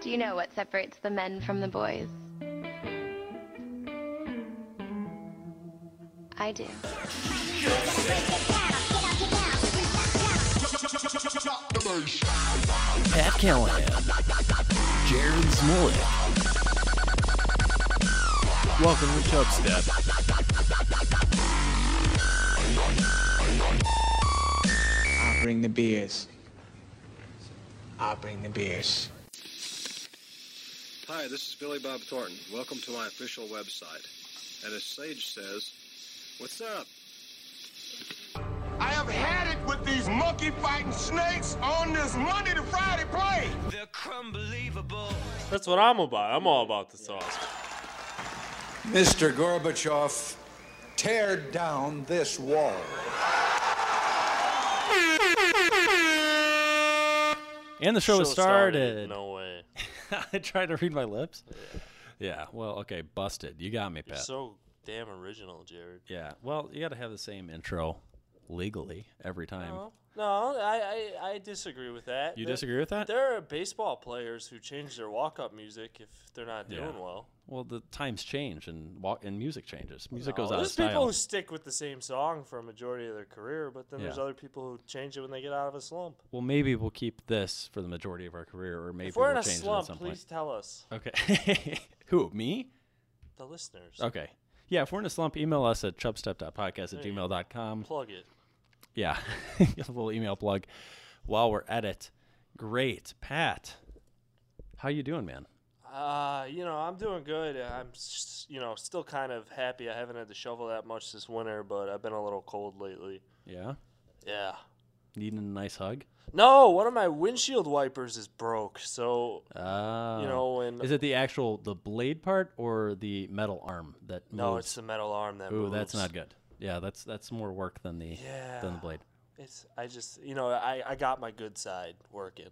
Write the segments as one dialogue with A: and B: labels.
A: Do you know what separates the men from the boys? I do.
B: Pat Callahan, Jared Smolik. Welcome to Chub Step.
C: I bring the beers. I bring the beers.
D: Hi, this is Billy Bob Thornton. Welcome to my official website. And as Sage says, what's up?
E: I have had it with these monkey fighting snakes on this Monday to Friday play.
F: That's what I'm about. I'm all about the sauce.
G: Mr. Gorbachev, tear down this wall.
H: And the show, has started.
F: No way.
H: I tried to read my lips. Yeah. Well, okay, busted. You got me,
F: You're
H: Pat.
F: so damn original, Jared.
H: yeah. Well, you got to have the same intro legally every time.
F: No, no I, I, I disagree with that.
H: You
F: There-
H: disagree with that?
F: There are baseball players who change their walk-up music if they're not doing
H: Yeah.
F: well.
H: Well, the times change and walk and music changes. Music
F: No,
H: goes out of
F: there's
H: style.
F: people who stick with the same song for a majority of their career, but then there's
H: Yeah.
F: other people who change it when they get out of a slump.
H: well, maybe we'll keep this for the majority of our career, or maybe
F: if we're in
H: we'll
F: a
H: change it
F: slump,
H: at some
F: please tell us,
H: point. Okay. Who? Me?
F: the listeners.
H: Okay. Yeah, if we're in a slump, email us at chubstep.podcast at gmail.com.
F: Plug it.
H: Yeah. a little email plug while we're at it. Great. Pat, how you doing, man?
F: Uh, you know, I'm doing good. I'm, s- you know, still kind of happy. I haven't had to shovel that much this winter, but I've been a little cold lately.
H: Yeah.
F: Yeah.
H: Needing a nice hug?
F: No, one of my windshield wipers is broke. So,
H: Oh.
F: you know, when
H: Is it the actual the blade part or the metal arm that
F: no,
H: moves?
F: it's the metal arm that
H: Ooh,
F: moves.
H: that's not good. Yeah, that's that's more work than the than the
F: Yeah.
H: blade.
F: It's I just, you know, I I got my good side working.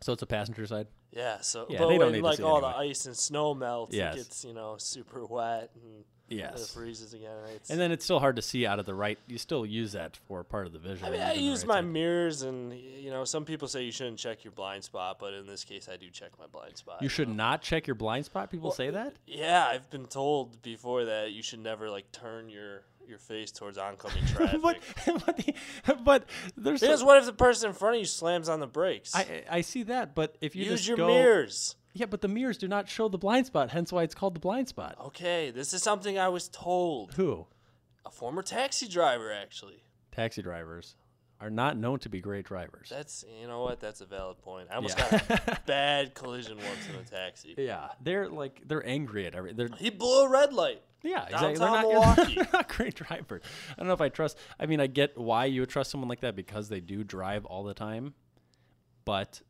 H: So it's a passenger side.
F: Yeah, so
H: Yeah,
F: but
H: they don't
F: when
H: need to
F: like
H: see it
F: all the
H: anyway.
F: ice and snow melts,
H: Yes.
F: it gets you know super wet and it
H: Yes.
F: freezes again. and It's,
H: And then it's still hard to see out of the right. You still use that for part of the vision.
F: I mean,
H: even
F: I
H: the
F: use
H: right
F: my
H: side.
F: mirrors, and you know, some people say you shouldn't check your blind spot, but in this case, I do check my blind spot.
H: You should not check your blind spot. People say that.
F: Yeah, I've been told before that you should never like turn your your face towards oncoming traffic.
H: but but, the, but there's
F: because
H: so-
F: what if the person in front of you slams on the brakes?
H: I I see that, but if you
F: Use
H: just
F: your
H: go,
F: mirrors.
H: yeah, but the mirrors do not show the blind spot, hence why it's called the blind spot.
F: Okay, this is something I was told.
H: Who?
F: A former taxi driver, actually.
H: Taxi drivers are not known to be great drivers.
F: That's you know what? That's a valid point. I almost
H: Yeah.
F: got a bad collision once in a taxi.
H: yeah, they're like they're angry at every. They're
F: He blew a red light.
H: yeah, exactly. They're
F: downtown
H: not,
F: Milwaukee.
H: they're not great drivers. I don't know if I trust. I mean, I get why you would trust someone like that because they do drive all the time, but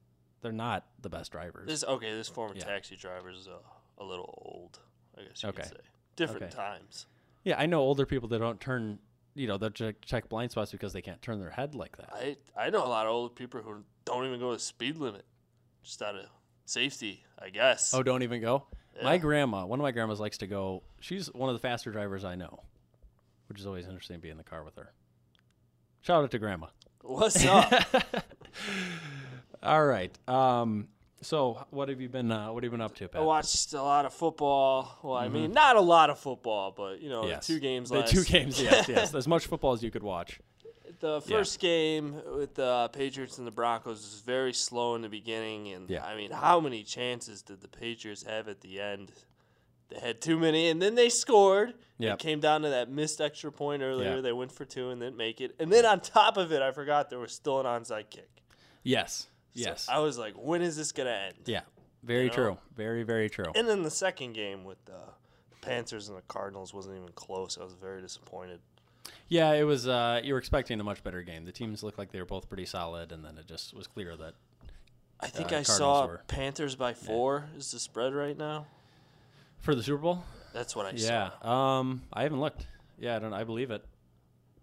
H: they're not the best drivers.
F: This okay. This former
H: Yeah.
F: taxi driver is a, a little old. I guess you
H: Okay.
F: could say different
H: Okay.
F: times.
H: yeah, I know older people that don't turn. You know, they'll check, check blind spots because they can't turn their head like that.
F: I I know a lot of old people who don't even go the speed limit, just out of safety, I guess.
H: Oh, don't even go. My grandma, one of my grandmas likes to go. She's one of the faster drivers I know, which is always interesting to be in the car with her. Shout out to grandma.
F: What's up?
H: All right. Um, so what have you been? Uh, what have you been up to,
F: I
H: Pat?
F: watched a lot of football. Well, I mean, not a lot of football, but you know,
H: Mm-hmm. Yes.
F: the two games.
H: The
F: last
H: two games. Yes, yes. As much football as you could watch.
F: The first game with the Patriots and the Broncos was very slow in the beginning, and
H: Yeah.
F: I mean, how many chances did the Patriots have at the end? They had too many, and then they scored.
H: Yep.
F: It came down to that missed extra point earlier.
H: Yeah.
F: They went for two and didn't make it. And then on top of it, I forgot there was still an onside kick.
H: Yes.
F: So
H: Yes.
F: I was like, when is this gonna end?
H: yeah. Very
F: know?
H: true. Very very true.
F: And then the second game with the Panthers and the Cardinals wasn't even close. I was very disappointed.
H: Yeah, it was. Uh, you were expecting a much better game. The teams looked like they were both pretty solid, and then it just was clear that
F: I think I
H: Uh, Cardinals
F: saw
H: were.
F: Panthers by four is the spread right now.
H: for the Super Bowl.
F: That's what I saw.
H: Yeah. Um, I haven't looked. Yeah, I don't. I believe it.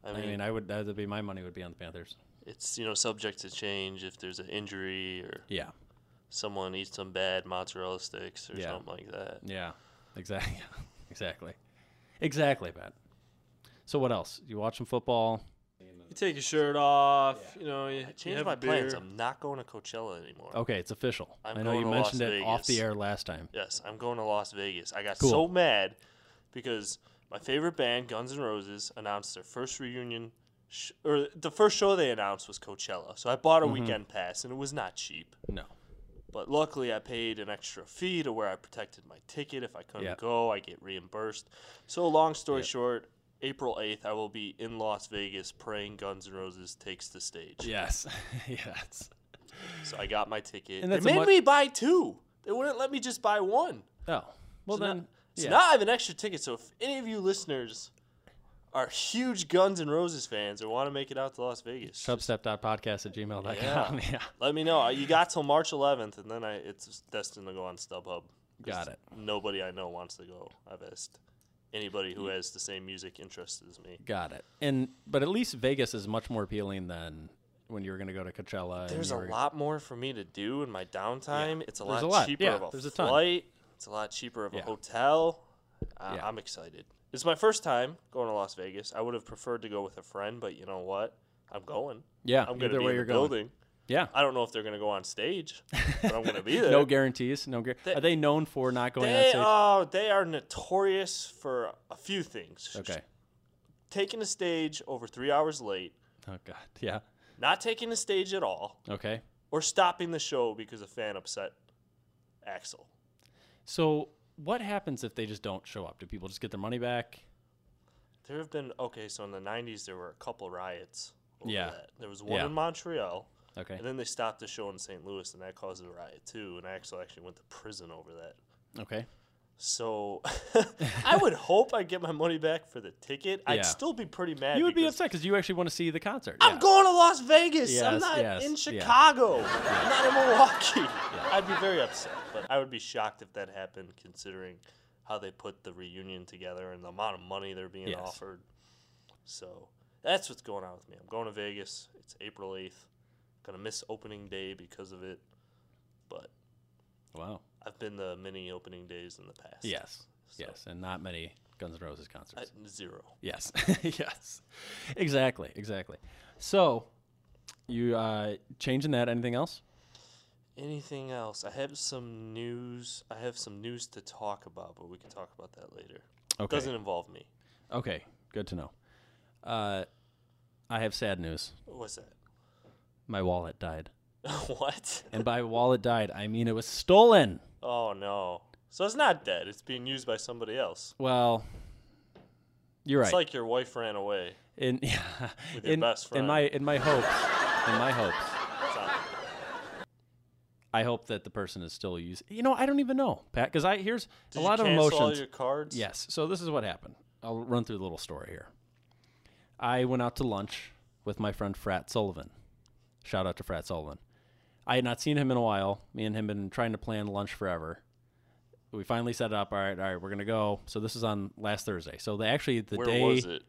F: I
H: I
F: mean,
H: mean, I would. That would be my money. Would be on the Panthers.
F: it's you know subject to change if there's an injury or
H: Yeah.
F: someone eats some bad mozzarella sticks or
H: Yeah.
F: something like that.
H: Yeah. Exactly. exactly. Exactly, Pat. So what else? You watch some football?
F: and
I: You take your shirt off. You know, you,
F: I
I: you
F: changed
I: have
F: my
I: a beer.
F: plans. I'm not going to Coachella anymore.
H: Okay, it's official.
F: I'm
H: i know
F: going
H: you
F: to
H: mentioned
F: Las
H: it off the
F: Vegas.
H: air last time.
F: Yes, I'm going to Las Vegas. I got
H: Cool.
F: so mad because my favorite band, Guns N' Roses, announced their first reunion, sh- or the first show they announced was Coachella. So I bought a
H: Mm-hmm.
F: weekend pass, and it was not cheap.
H: No.
F: But luckily, I paid an extra fee to where I protected my ticket. If I couldn't
H: Yep.
F: go, I get reimbursed. So, long story short, April 8th, I will be in Las Vegas praying Guns N' Roses takes the stage.
H: Yes. yes.
F: So I got my ticket.
H: And
F: they
H: that's a
F: made
H: mu-
F: me buy two. They wouldn't let me just buy one.
H: Oh.
F: So
H: Well then.
F: now, so
H: yeah.
F: now I have an extra ticket. So if any of you listeners are huge Guns N' Roses fans or want to make it out to Las Vegas,
H: Substep.podcast at gmail.com.
F: Yeah.
H: yeah.
F: let me know. You got till March 11th, and then I it's destined to go on StubHub. 'Cause
H: Got it.
F: Nobody I know wants to go. I've asked anybody who has the same music interest as me.
H: Got it. And but at least Vegas is much more appealing than when you were going to go to Coachella. and
F: There's
H: you
F: a
H: were-
F: lot more for me to do in my downtime. It's a
H: There's
F: lot,
H: a lot.
F: cheaper
H: Yeah,
F: of a
H: there's a ton.
F: flight. It's a lot cheaper of
H: Yeah.
F: a hotel. Uh,
H: Yeah.
F: I'm excited. It's my first time going to Las Vegas. I would have preferred to go with a friend, but you know what? I'm going.
H: Yeah,
F: I'm
H: either
F: going to be
H: way
F: in
H: you're
F: the
H: going.
F: building.
H: Yeah.
F: I don't know if they're going to go on stage, but I'm going to be there.
H: No guarantees. No. Gar-
F: They-
H: Are they known for not going on
F: They,
H: stage?
F: oh, they are notorious for a few things.
H: okay.
F: Taking a stage over three hours late,
H: Oh God. Yeah.
F: not taking a stage at all,
H: Okay.
F: or stopping the show because a fan upset Axel.
H: So what happens if they just don't show up? Do people just get their money back?
F: There have been okay, so in the '90s there were a couple riots. Over
H: Yeah.
F: that. there was one
H: Yeah.
F: in Montreal,
H: Okay.
F: and then they stopped the show in St. Louis, and that caused a riot too. And Axel actually went to prison over that.
H: Okay.
F: So I would hope I get my money back for the ticket.
H: Yeah.
F: I'd still be pretty mad.
H: You would be
F: because
H: upset because you actually want to see the concert.
F: I'm
H: Yeah.
F: going to Las Vegas. I'm
H: Yes,
F: not
H: yes,
F: in
H: yeah.
F: Chicago. I'm not in Milwaukee. I'd be very upset, but I would be shocked if that happened, considering how they put the reunion together and the amount of money they're being
H: Yes.
F: offered. So that's what's going on with me. I'm going to Vegas. It's April 8th. Gonna miss opening day because of it, but
H: Wow.
F: I've been to many opening days in the past.
H: Yes. Yes. And not many Guns N' Roses concerts.
F: I- zero.
H: Yes. yes. Exactly. Exactly. So, you uh changing that? Anything else?
F: Anything else? I have some news. I have some news to talk about, but we can talk about that later.
H: Okay.
F: Doesn't involve me.
H: Okay. Good to know. Uh, I have sad news.
F: What's that?
H: My wallet died,
F: what?
H: and by wallet died, I mean it was stolen.
F: Oh no. So it's not dead. It's being used by somebody else.
H: Well, you're right.
F: It's like your wife ran away.
H: in yeah,
F: your
H: in,
F: best
H: in
F: friend.
H: my in my hopes, in my hopes,
F: It's not-
H: I hope that the person is still using. You know, I don't even know, Pat, because I here's
F: Did
H: a
F: you
H: lot of
F: cancel
H: emotions.
F: all your cards?
H: Yes. So this is what happened. I'll run through the little story here. I went out to lunch with my friend Frat Sullivan. Shout out to Frat Sullivan. I had not seen him in a while. Me and him been trying to plan lunch forever. We finally set it up. All right, all right, we're gonna go. So this is on last Thursday. So the, actually the
F: Where
H: day.
F: was it?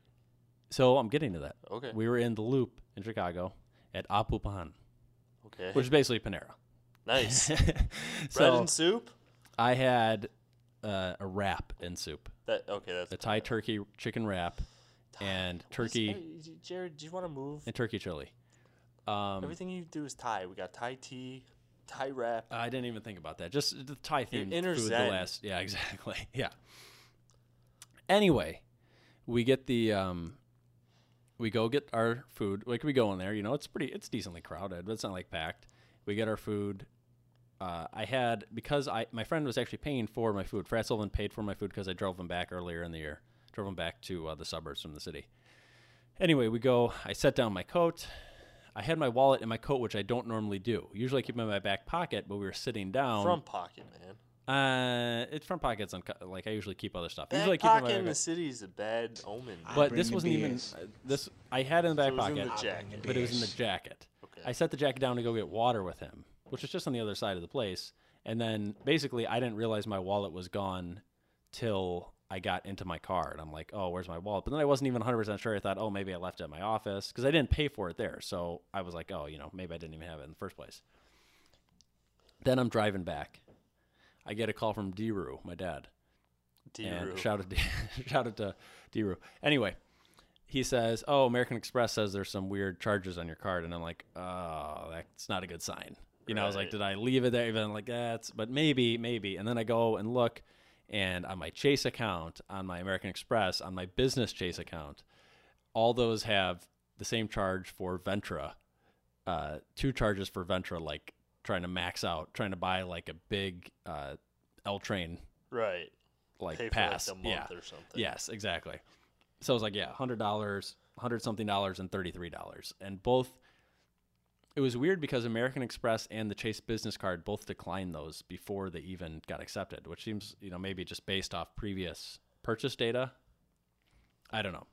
H: So I'm getting to that.
F: Okay.
H: We were in the Loop in Chicago at Apu Pahan,
F: Okay.
H: which is basically Panera.
F: nice. Bread
H: so
F: and soup?
H: I had uh, a wrap and soup,
F: That okay, that's
H: a Thai turkey chicken wrap, and turkey.
F: Hey, Jared, do you want to move?
H: and turkey chili. Um,
F: Everything you do is Thai. We got Thai tea, Thai wrap.
H: I didn't even think about that. Just the Thai theme.
F: inner
H: food, the
F: zen.
H: last, yeah, exactly. Yeah. Anyway, we get the um, we go get our food. Like we go in there, you know, it's pretty, it's decently crowded, but it's not like packed. We get our food. Uh, I had because I my friend was actually paying for my food. Frat Sullivan paid for my food because I drove him back earlier in the year. Drove him back to uh, the suburbs from the city. Anyway, we go. I set down my coat. I had my wallet in my coat, which I don't normally do. Usually, I keep it in my back pocket, but we were sitting down.
F: From pocket, man.
H: uh, it's front pockets. On co- like I usually keep other stuff.
F: Back
H: usually, I keep it in my
F: pocket in
H: back-
F: the city is a bad omen.
H: but
C: Bring
H: this
C: the
H: wasn't even
C: beers.
H: uh, this. I had it in the back
F: it was in
H: pocket,
F: the jacket.
C: Bring the
H: but it was in the
C: beers.
H: jacket.
F: Okay.
H: I set the jacket down to go get water with him, which is just on the other side of the place. And then basically, I didn't realize my wallet was gone till I got into my car, and I'm like, "Oh, where's my wallet?" But then I wasn't even 100 percent sure. I thought, "Oh, maybe I left it at my office because I didn't pay for it there." So I was like, "Oh, you know, maybe I didn't even have it in the first place." Then I'm driving back. I get a call from Deru, my dad
F: D.
H: and
F: Rue.
H: shout out, shout out to Deru. Anyway, he says, "Oh, American Express says there's some weird charges on your card," and I'm like, "Oh, that's not a good sign." You know, I was like,
F: Right.
H: "Did I leave it there?" Even I'm like, "That's," but maybe, maybe. And then I go and look, and on my Chase account, on my American Express, on my business Chase account, all those have the same charge for Ventra, uh, two charges for Ventra, like trying to max out, trying to buy like a big uh, L train
F: Right.
H: like
F: Pay for, like,
H: pass,
F: the month
H: yeah,
F: or something.
H: Yes, exactly. So I was like, yeah, hundred dollars, hundred something dollars, and thirty three dollars, and both. It was weird because American Express and the Chase Business Card both declined those before they even got accepted, which seems you know maybe just based off previous purchase data. I don't know.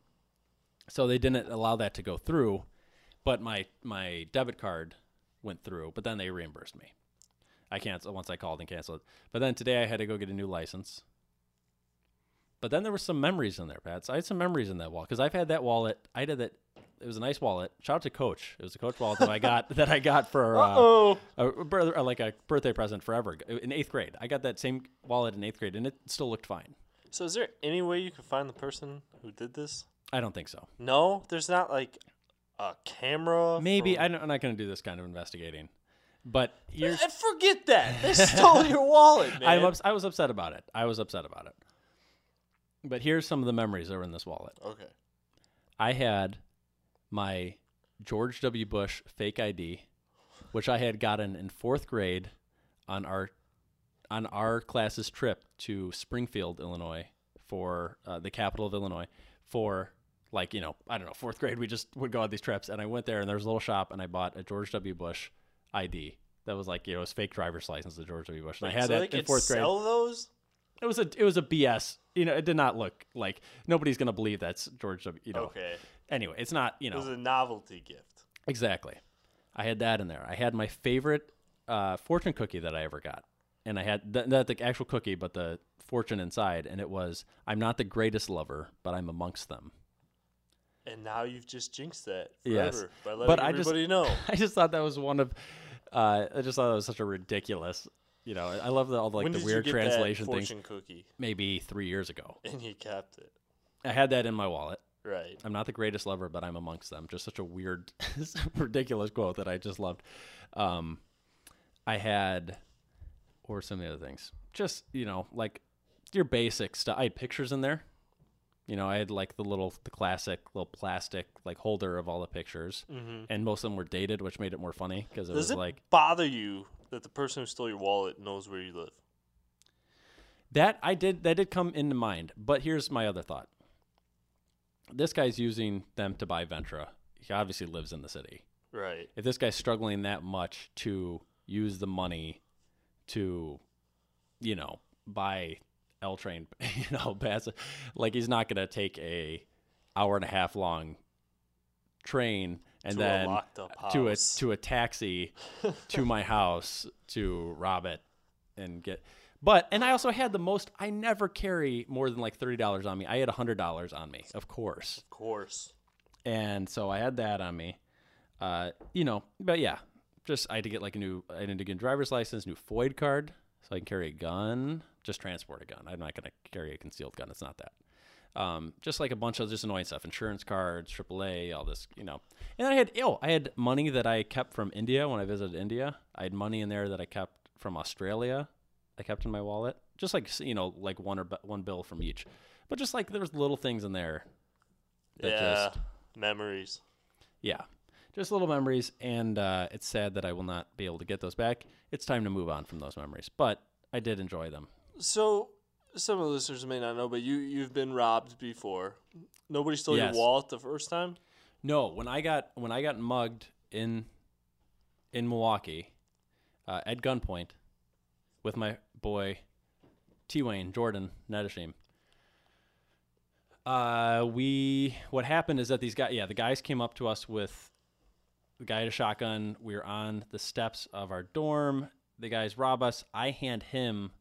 H: So they didn't allow that to go through, but my my debit card went through, but then they reimbursed me. I canceled once I called and canceled. But then today I had to go get a new license. But then there were some memories in there, Pat. So I had some memories in that wallet because I've had that wallet. I did that. It was a nice wallet. Shout out to Coach. It was a Coach wallet that I got that I got for uh, a, brother, like a birthday present forever ago- in eighth grade. I got that same wallet in eighth grade, and it still looked fine.
F: So is there any way you can find the person who did this?
H: I don't think so.
F: No, there's not like a camera.
H: Maybe
F: for-
H: I don't, I'm not going to do this kind of investigating, but here's
F: I forget that they stole your wallet, man.
H: I'm ups- I was upset about it. I was upset about it. But here's some of the memories that were in this wallet.
F: okay.
H: I had my George W. Bush fake ID, which I had gotten in fourth grade on our on our class's trip to Springfield, Illinois, for uh, the capital of Illinois, for like you know I don't know fourth grade. We just would go on these trips, and I went there, and there was a little shop, and I bought a George W. Bush ID that was like you know his fake driver's license, the George W. Bush, and I had
F: so they
H: that
F: could
H: in fourth grade.
F: sell those.
H: It was a it was a BS. You know, it did not look like nobody's gonna believe that's George W. You know.
F: Okay.
H: Anyway, it's not you
F: It was
H: know
F: a novelty gift.
H: exactly. I had that in there. I had my favorite uh, fortune cookie that I ever got, and I had th- not the actual cookie, but the fortune inside, and it was I'm not the greatest lover, but I'm amongst them.
F: And now you've just jinxed that
H: Yes.
F: forever by letting
H: But I just-
F: everybody know.
H: I just thought that was one of. Uh, I just thought that was such a ridiculous. You know, I I love the, all the, like
F: when
H: the
F: did
H: weird
F: you get
H: translation
F: that
H: things.
F: fortune cookie?
H: Maybe three years ago,
F: And you kept it.
H: I had that in my wallet.
F: Right.
H: I'm not the greatest lover, but I'm amongst them. Just such a weird, ridiculous quote that I just loved. Um, I had, or some of the other things. Just you know, like your basic stuff. I had pictures in there. You know, I had like the little, the classic little plastic like holder of all the pictures, and most of them were dated, which made it more funny because it
F: Mm-hmm. Does
H: was
F: it
H: like
F: bother you that the person who stole your wallet knows where you live?
H: That I did that did come into mind, but here's my other thought. This guy's using them to buy Ventra. He obviously lives in the city.
F: Right.
H: If this guy's struggling that much to use the money to, you know, buy L train, you know, pass, like he's not gonna take a hour and a half long train and
F: To a
H: then
F: locked-up
H: to a
F: house.
H: to a taxi to my house to rob it and get but and I also had the most I never carry more than like thirty dollars on me. I had hundred dollars on me, of course.
F: Of course.
H: And so I had that on me. Uh, you know, but yeah. Just I had to get like a new I need to get a driver's license, new FOID card, so I can carry a gun. Just transport a gun. I'm not gonna carry a concealed gun, it's not that. Um, just like a bunch of just annoying stuff, insurance cards, AAA, all this, you know. And I had oh, I had money that I kept from India when I visited India. I had money in there that I kept from Australia. I kept in my wallet, just like you know, like one or bu- one bill from each. But just like there's little things in there that
F: yeah.
H: just
F: Memories.
H: yeah, just little memories, and uh, it's sad that I will not be able to get those back. It's time to move on from those memories, but I did enjoy them.
F: So some of the listeners may not know, but you you've been robbed before. Nobody stole
H: Yes.
F: your wallet the first time.
H: No, when I got when I got mugged in in Milwaukee uh, at gunpoint with my boy T Wayne Jordan Nedashim. Uh, we what happened is that these guys, yeah, the guys came up to us with the guy had a shotgun. We were on the steps of our dorm. The guys rob us. I hand him.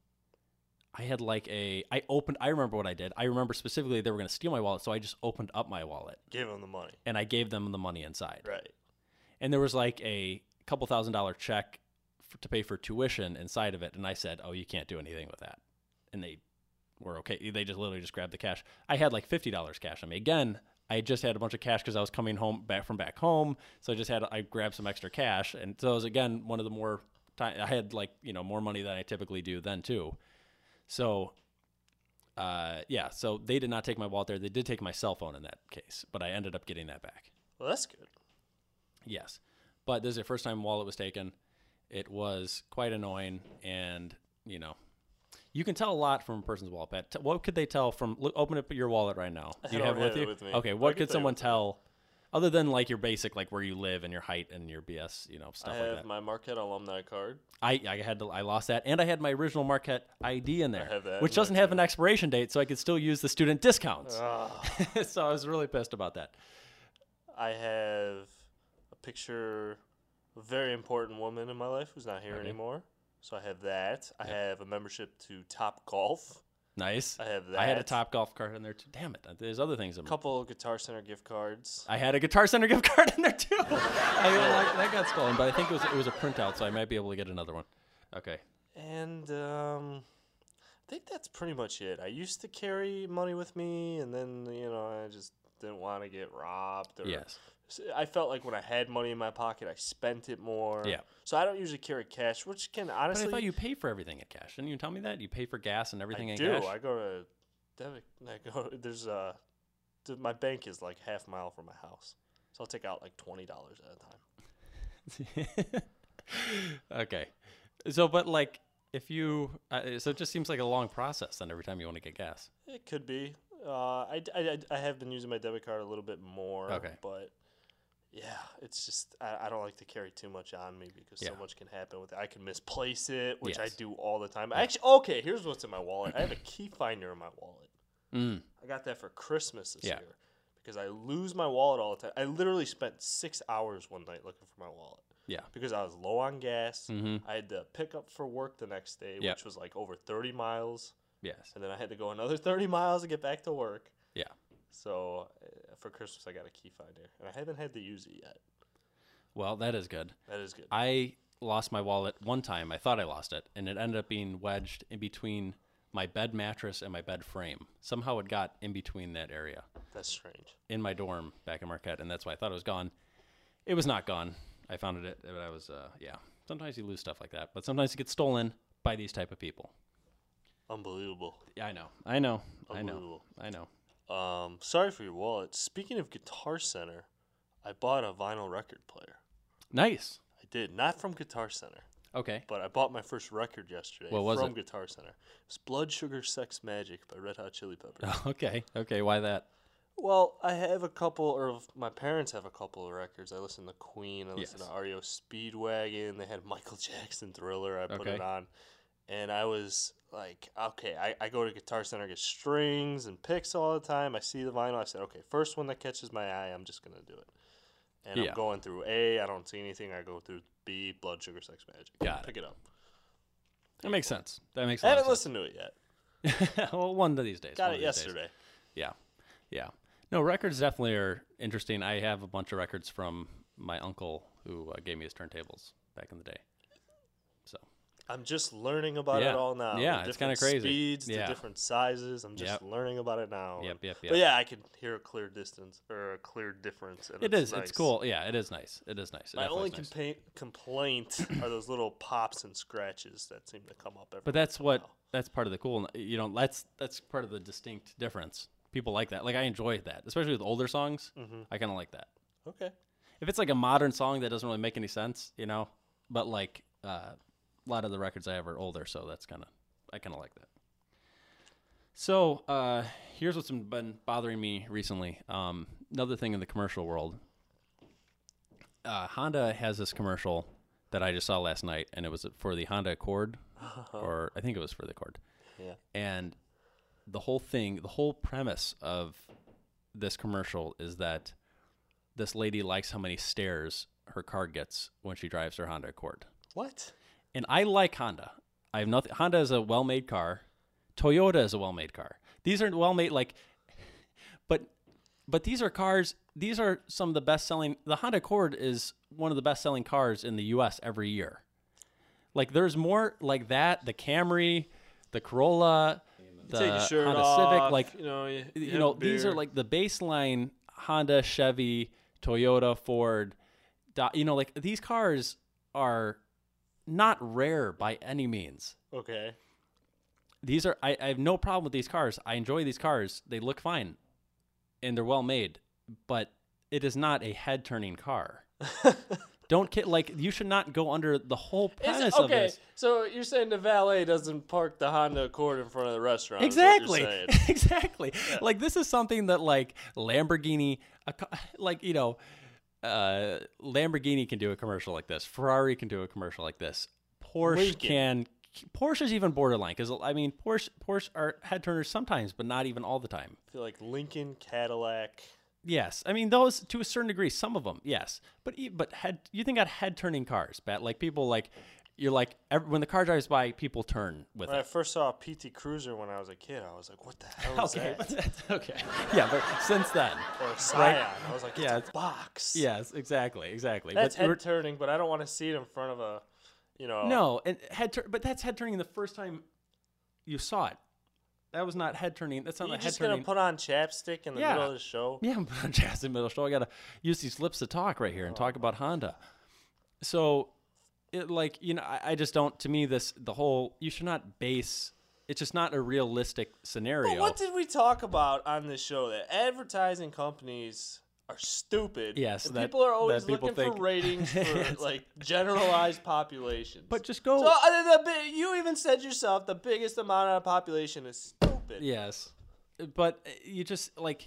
H: I had like a. I opened. I remember what I did. I remember specifically they were going to steal my wallet, so I just opened up my wallet
F: Give them the money.
H: and I gave them the money inside.
F: Right.
H: And there was like a couple thousand dollar check for, to pay for tuition inside of it, and I said, "Oh, you can't do anything with that." And they were okay. They just literally just grabbed the cash. I had like fifty dollars cash on me. Again, I just had a bunch of cash because I was coming home back from back home, so I just had I grabbed some extra cash, and so it was again one of the more time I had like you know more money than I typically do then too, so. Uh, yeah, so they did not take my wallet there. They did take my cell phone in that case, but I ended up getting that back.
F: Well, that's good.
H: Yes. But this is the first time wallet was taken. It was quite annoying and, you know, you can tell a lot from a person's wallet. Pat. T- What could they tell from look, open up your wallet right now. Do you
F: don't
H: have it with
F: have it
H: you?
F: with me.
H: Okay,
F: I
H: what
F: can
H: could
F: tell you
H: someone
F: what-
H: tell other than like your basic like where you live and your height and your BS, you know, stuff
F: I
H: like
F: have
H: that.
F: my Marquette alumni card.
H: I I had to, I lost that and I had my original Marquette ID in there,
F: have that
H: which
F: in there,
H: doesn't have an expiration date so I could still use the student discounts.
F: Ah.
H: so I was really pissed about that.
F: I have a picture of a very important woman in my life who's not here anymore. So I have that. I have a membership to Top Golf.
H: Nice.
F: I have
H: I had a
F: that.
H: top golf card in there too. Damn it. There's other things in
F: A
H: my
F: couple Guitar Center gift cards.
H: I had a Guitar Center gift card in there too. I mean, like, that got stolen, but I think it was it was a printout, so I might be able to get another one. Okay.
F: And um, I think that's pretty much it. I used to carry money with me, and then, you know, I just didn't want to get robbed. Or
H: Yes.
F: S- I felt like when I had money in my pocket, I spent it more.
H: Yeah.
F: So I don't usually carry cash, which can
H: But
F: honestly.
H: I thought you pay for everything in cash. Didn't you tell me that you pay for gas and everything
F: I
H: in
F: do.
H: cash?
F: I go to debit. I go. There's uh, th- my bank is like half mile from my house, so I'll take out like twenty dollars at a time.
H: okay. So, but like, if you, uh, so it just seems like a long process. Then every time you want to get gas,
F: It could be. Uh, I, d- I d- I have been using my debit card a little bit more.
H: Okay.
F: But yeah, it's just I, I don't like to carry too much on me because so
H: Yeah.
F: much can happen with it. I can misplace it, which I
H: Yes.
F: do all the time. Actually, okay, here's what's in my wallet. I have a key finder in my wallet. I got that for Christmas this
H: Mm. Yeah.
F: year because I lose my wallet all the time. I literally spent six hours one night looking for my wallet
H: yeah, Mm-hmm.
F: because I was low on gas. I had to pick up for work the next day,
H: Yep.
F: which was like over 30 miles
H: yes,
F: and then I had to go another 30 miles to get back to work.
H: yeah.
F: So uh, for Christmas, I got a key finder, and I haven't had to use it yet.
H: Well, that is good.
F: That is good.
H: I lost my wallet one time. I thought I lost it, and it ended up being wedged in between my bed mattress and my bed frame. Somehow it got in between that area.
F: That's strange.
H: in my dorm back in Marquette, and that's why I thought it was gone. It was not gone. I found it, but I was, uh, yeah. Sometimes you lose stuff like that, but sometimes it gets stolen by these type of people.
F: Unbelievable.
H: Yeah, I know. I know. I know.
F: Unbelievable.
H: I know.
F: Um, sorry for your wallet. Speaking of Guitar Center, I bought a vinyl record player.
H: Nice.
F: I did not from Guitar Center,
H: Okay.
F: but I bought my first record yesterday
H: What was
F: from
H: it?
F: Guitar Center. It's Blood Sugar Sex Magic by Red Hot Chili Peppers.
H: Okay. Okay. Why that?
F: Well, I have a couple, or my parents have a couple of records. I listen to Queen, I listen
H: Yes.
F: to REO Speedwagon. They had Michael Jackson Thriller. I put
H: Okay.
F: it on, and I was like, okay, I, I go to Guitar Center, get strings and picks all the time. I see the vinyl. I said, okay, first one that catches my eye, I'm just gonna do it. And
H: Yeah.
F: I'm going through A. I don't see anything. I go through B. Blood Sugar Sex Magic.
H: Got it.
F: Pick it up.
H: That makes sense. That makes
F: I haven't
H: sense.
F: listened to it yet.
H: well, one of these days.
F: Got it
H: one of these days.
F: yesterday.
H: Yeah. Yeah. No, records definitely are interesting. I have a bunch of records from my uncle who uh, gave me his turntables back in the day. So
F: I'm just learning about
H: Yeah.
F: it all now.
H: Yeah,
F: the
H: it's kinda
F: different
H: crazy.
F: Speeds,
H: Yeah.
F: the different sizes. I'm just
H: Yep.
F: learning about it now.
H: Yep,
F: and-
H: yep, yep.
F: But yeah, I can hear a clear distance or a clear difference. And
H: It
F: it's
H: is.
F: Nice.
H: It's cool. Yeah, it is nice. It is nice. It
F: My
H: definitely
F: only
H: is nice.
F: compa- complaint are those little pops and scratches that seem to come up every.
H: But
F: once
H: that's
F: in a
H: what
F: while.
H: that's part of the cool. You know, that's that's part of the distinct difference. People like that. Like I enjoy that, especially with older songs.
F: Mm-hmm.
H: I kind of like that.
F: Okay.
H: If it's like a modern song that doesn't really make any sense, you know. But like uh, a lot of the records I have are older, so that's kind of I kind of like that. So uh, here's what's been bothering me recently. Um, another thing in the commercial world, uh, Honda has this commercial that I just saw last night, and it was for the Honda Accord, or I think it was for the Accord.
F: Yeah.
H: And the whole thing, the whole premise of this commercial is that this lady likes how many stairs her car gets when she drives her Honda Accord.
F: What?
H: And I like Honda. I have nothing. Honda is a well-made car. Toyota is a well-made car. These are well-made, like, but but these are cars. These are some of the best-selling. The Honda Accord is one of the best-selling cars in the U.S. every year. Like, there's more like that. The Camry, the Corolla, the
F: Take your shirt
H: Honda
F: off.
H: uh, Civic. Like,
F: you know, you,
H: you
F: have
H: know,
F: a
H: these are
F: beer.
H: like the baseline Honda, Chevy, Toyota, Ford. Do- you know, like these cars are not rare by any means.
F: Okay.
H: These are I, I have no problem with these cars. I enjoy these cars. They look fine, and they're well made. But it is not a head turning car. Don't kid like you should not go under the whole
F: Is it,
H: premise of
F: okay,
H: this.
F: so you're saying the valet doesn't park the Honda Accord in front of the restaurant? is what you're
H: Exactly.
F: saying.
H: exactly. Like this is something that like Lamborghini, a co- like you know, uh, Lamborghini can do a commercial like this. Ferrari can do a commercial like this. Porsche
F: Lincoln.
H: can. Porsche's even borderline because I mean Porsche Porsche are head turners sometimes, but not even all the time.
F: I feel like Lincoln, Cadillac.
H: Yes, I mean those to a certain degree. Some of them, yes, but e- but head you think about head turning cars, Bat? Like people like you're like ev when the car drives by, people turn with
F: When I
H: it.
F: first saw a PT Cruiser when I was a kid, I was like, what the hell is
H: Okay,
F: that?
H: but- okay, yeah, but since then,
F: Or a Scion. I was like, it's
H: Yeah,
F: a
H: it's-
F: box.
H: Yes, exactly, exactly.
F: That's
H: but we're-
F: head turning, but I don't want to see it in front of a, you know.
H: no, and head tur- but that's head turning the first time you saw it. That was not head turning. That's not
F: You're
H: the head
F: just gonna
H: turning.
F: put on chapstick in the
H: Yeah.
F: middle of the show.
H: yeah, I'm on Jazz in Middle Show. I gotta use these lips to talk right here and talk
F: Oh.
H: about Honda. So, it like you know, I, I just don't. To me, this the whole you should not base. It's just not a realistic scenario.
F: But what did we talk about on this show? That advertising companies are stupid.
H: Yes,
F: and
H: that-
F: people are always
H: that people
F: looking for
H: think-
F: ratings for
H: Yes.
F: like generalized populations.
H: But just go.
F: so uh, the, bi- you even said yourself the biggest amount of the population is stupid.
H: yes, but uh, you just like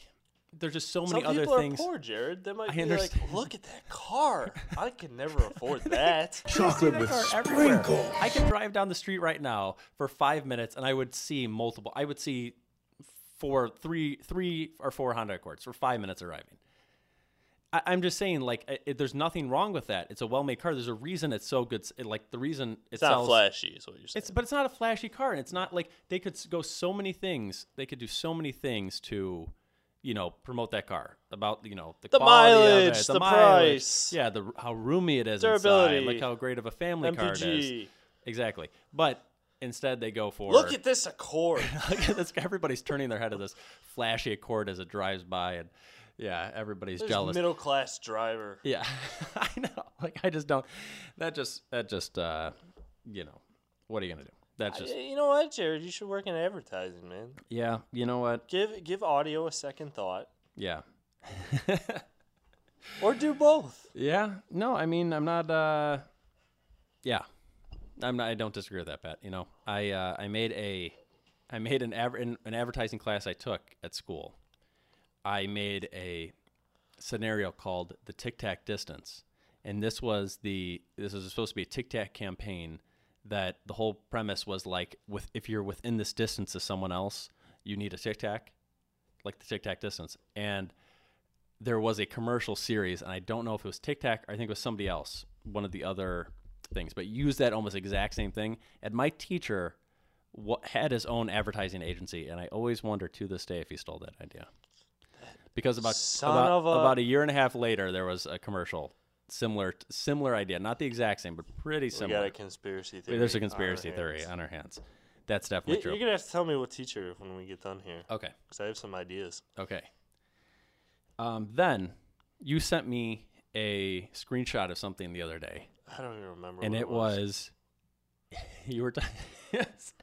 H: there's just so
F: Some
H: many other
F: people are
H: things.
F: poor, Jared. They might
H: I
F: be
H: understand.
F: like, "Look at that car! I can never afford that."
G: Chocolate with
H: everywhere. I could drive down the street right now for five minutes, and I would see multiple. I would see four, three, three or four Honda Accords for five minutes arriving. I, I'm just saying, like, I- it, there's nothing wrong with that. It's a well-made car. There's a reason it's so good. It, like the reason it
F: It's not
H: sells.
F: flashy, is what you're saying.
H: It's but it's not a flashy car, and it's not like they could s- go so many things. They could do so many things to, you know, promote that car about you know the,
F: The
H: quality of it,
F: mileage,
H: the,
F: the
H: mileage,
F: price.
H: yeah, the how roomy it is,
F: Durability.
H: inside, like how great of a family car it is,
F: MPG.
H: exactly. But instead, they go for
F: Look at this Accord.
H: Look at this. Everybody's turning their head at this flashy Accord as it drives by, and yeah, everybody's jealous.
F: Middle class driver.
H: Yeah, I know. Like I just don't. That just that just uh, you know, what are you gonna do? That's just
F: You know what, Jared? You should work in advertising, man.
H: yeah. You know what?
F: Give give audio a second thought,
H: Yeah.
F: or do both.
H: Yeah. No, I mean, I'm not uh Yeah. I'm not I don't disagree with that, Pat. You know, I uh I made a I made an adver- in an advertising class I took at school. I made a scenario called the Tic Tac Distance. And this was the this was supposed to be a Tic Tac campaign that the whole premise was like with if you're within this distance of someone else, you need a Tic Tac, like the Tic Tac distance. And there was a commercial series, and I don't know if it was Tic Tac or I think it was somebody else, one of the other things, but used that almost exact same thing. And my teacher wa had his own advertising agency, and I always wonder to this day if he stole that idea. Because about
F: Son
H: about,
F: of a-
H: about a year and a half later, there was a commercial similar similar idea, not the exact same, but pretty
F: We
H: similar.
F: got a conspiracy theory.
H: There's a
F: on our
H: conspiracy theory
F: hands.
H: on our hands. That's definitely
F: You-
H: true.
F: You're gonna have to tell me what teacher when we get done here,
H: Okay.
F: because I have some ideas.
H: Okay. Um, then you sent me a screenshot of something the other day,
F: I don't even remember.
H: and
F: what
H: it was you were. T- yes.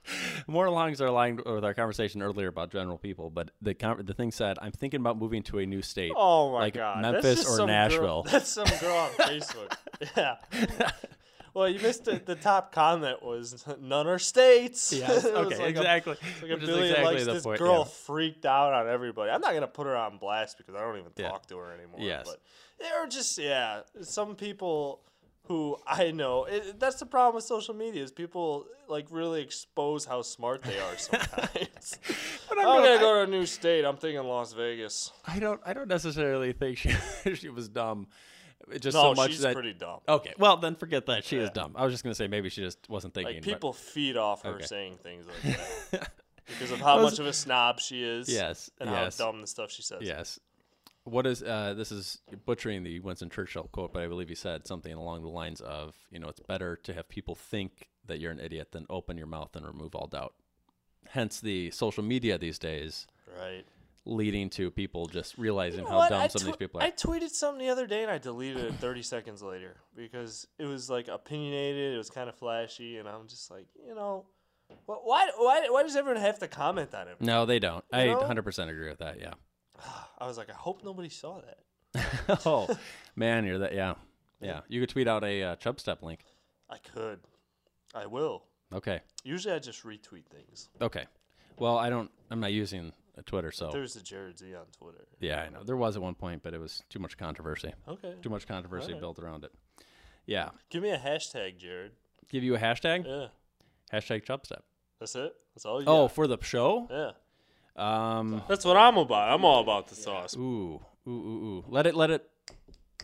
H: More alongs are aligned with our conversation earlier about general people, but the con- the thing said, I'm thinking about moving to a new state.
F: Oh my
H: like
F: god! that's
H: Memphis
F: just
H: or
F: some girl-
H: Nashville.
F: that's some girl on Facebook. yeah. Well, you missed it. The top comment was none are states.
H: Yes,
F: It was
H: okay,
F: like a-
H: exactly.
F: it's like a
H: Which is
F: billion
H: exactly
F: likes
H: the
F: this
H: point,
F: girl
H: yeah.
F: freaked out on everybody. I'm not gonna put her on blast because I don't even
H: Yeah.
F: talk to her anymore.
H: Yes.
F: But there are just yeah, some people who I know. It, that's the problem with social media is people like really expose how smart they are sometimes.
H: But
F: I'm gonna go to a new state. I'm thinking Las Vegas.
H: I don't. I don't necessarily think she she was dumb. It Just
F: No,
H: so much
F: she's
H: that. Oh,
F: pretty dumb.
H: Okay, well then forget that. She is dumb. I was just gonna say maybe she just wasn't thinking.
F: Like
H: but-
F: people feed off her
H: Okay.
F: saying things like that because of how much of a snob she is.
H: Yes,
F: and
H: yes.
F: how dumb the stuff she says.
H: Yes. What is uh, this is butchering the Winston Churchill quote, but I believe he said something along the lines of, you know, it's better to have people think that you're an idiot than open your mouth and remove all doubt. Hence the social media these days,
F: Right.
H: leading to people just realizing
F: You know
H: how
F: what?
H: dumb
F: I
H: some of these
F: tw-
H: people
F: I
H: are.
F: tweeted something the other day and I deleted it 30 seconds later because it was like opinionated, it was kind of flashy, and I'm just like, you know, wh- why, why, why does everyone have to comment on it?
H: no, they don't. I
F: know?
H: 100% agree with that. Yeah.
F: I was like, I hope nobody saw that.
H: oh man, you're that. Yeah, yeah. You could tweet out a uh, Chubb step link.
F: I could. I will.
H: Okay,
F: Usually I just retweet things.
H: okay. Well, I don't. I'm not using uh, Twitter, so
F: There's the Jared Z on Twitter.
H: yeah, I know there was at one point, but it was too much controversy.
F: Okay.
H: Too much controversy
F: Alright.
H: built around it. Yeah.
F: Give me a hashtag, Jared.
H: Give you a hashtag.
F: Yeah.
H: Hashtag Chubb step.
F: That's it. That's all you
H: Oh,
F: got.
H: for the show.
F: yeah.
H: Um.
I: That's what I'm about. I'm all about the sauce.
H: Ooh. Ooh. Ooh. Ooh. Let it. Let it.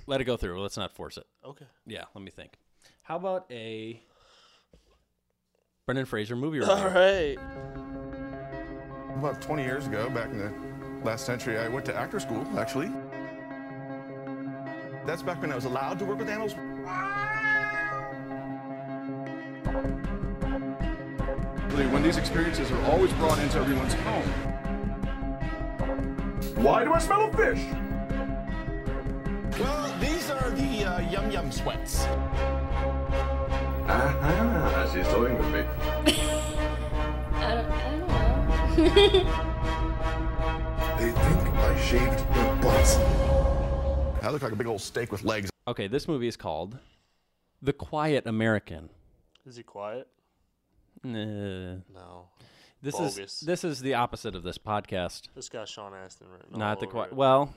H: Let it go through. Let's not force it.
F: Okay.
H: Yeah. Let me think. How about a Brendan Fraser movie review?
F: All right.
J: About 20 years ago, back in the last century, I went to actor school, actually. That's back when I was allowed to work with animals. When these experiences are always brought into everyone's home. Why do I smell a fish? Well, these are the uh, yum yum sweats. Ah, she's toying with me.
A: I don't, I don't know.
J: They think I shaved their butts. I look like a big old steak with legs.
H: Okay, this movie is called The Quiet American.
F: Is he quiet?
H: Nah.
F: No.
H: This
F: Bogus.
H: is this is the opposite of this podcast.
F: This guy Sean Astin written
H: not
F: all
H: the
F: over
H: quiet.
F: it.
H: Well,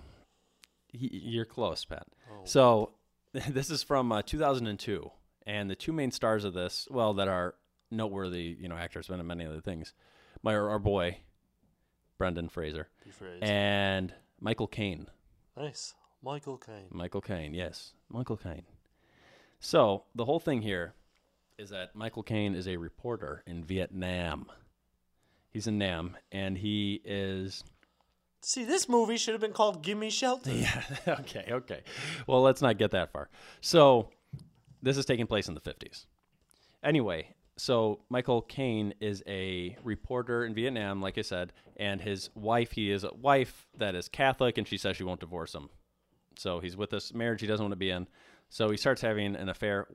H: he, you're close, Pat. So this is from uh, 2002, and the two main stars of this, well, that are noteworthy, you know, actors, been in many other things. My our boy, Brendan Fraser,
F: Rephrase.
H: and Michael Caine.
F: Nice. Michael Caine.
H: Michael Caine, yes, Michael Caine. So the whole thing here is that Michael Caine is a reporter in Vietnam. He's in Nam, and he is.
F: See, this movie should have been called Gimme Shelter.
H: Yeah. okay. Okay. Well, let's not get that far. So this is taking place in the fifties. Anyway, so Michael Caine is a reporter in Vietnam, like I said, and his wife. He is a wife that is Catholic, and she says she won't divorce him. So he's with this marriage he doesn't want to be in. So he starts having an affair,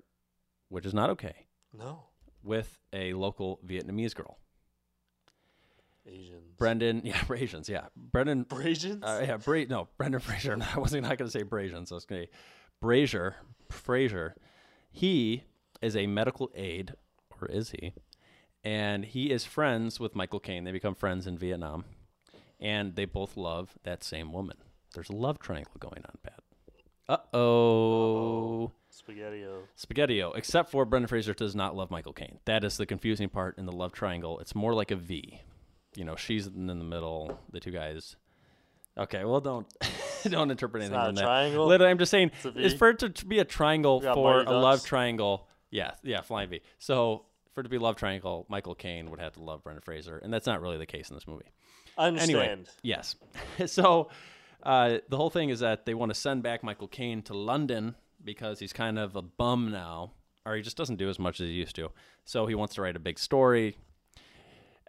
H: which is not okay,
F: No.
H: with a local Vietnamese girl.
F: Asians.
H: Brendan, yeah, Asians, yeah. Brendan
F: Asians?
H: Uh, yeah, Bra- no, Brendan Fraser. I wasn't not going to say Brazian, so it's going to be Brazier. Fraser. He is a medical aide, or is he? And he is friends with Michael Caine. They become friends in Vietnam, and they both love that same woman. There's a love triangle going on, Pat. Uh oh.
F: Spaghettio.
H: Spaghettio, except for Brendan Fraser does not love Michael Caine. That is the confusing part in the love triangle. It's more like a V. You know, she's in the middle, the two guys. Okay, well don't don't interpret anything
F: not
H: from
F: a
H: that.
F: triangle?
H: Literally, I'm just saying
F: a V?
H: it's for it to t- be a triangle
F: got
H: for
F: Mighty
H: a love
F: Ducks?
H: triangle. Yeah, yeah, flying V. So for it to be love triangle, Michael Caine would have to love Brendan Fraser, and that's not really the case in this movie.
F: I understand.
H: Anyway, yes. so uh, the whole thing is that they want to send back Michael Caine to London because he's kind of a bum now, or he just doesn't do as much as he used to. So he wants to write a big story.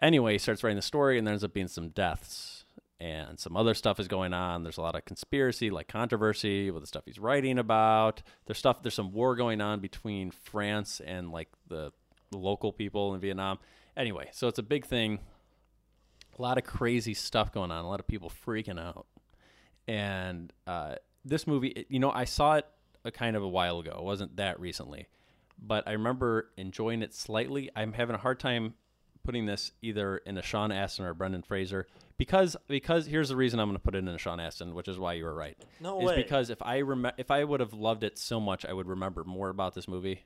H: Anyway, he starts writing the story, and there ends up being some deaths and some other stuff is going on. There's a lot of conspiracy, like controversy with the stuff he's writing about. There's stuff. There's some war going on between France and like the the local people in Vietnam. Anyway, so it's a big thing a lot of crazy stuff going on, a lot of people freaking out. And uh, this movie, it- you know, I saw it a kind of a while ago. It wasn't that recently, but I remember enjoying it slightly. I'm having a hard time putting this either in a Sean Astin or a Brendan Fraser because because here's the reason I'm going to put it in a Sean Astin, which is why you were right.
F: No
H: is
F: way.
H: because if I rem- if I would have loved it so much, I would remember more about this movie.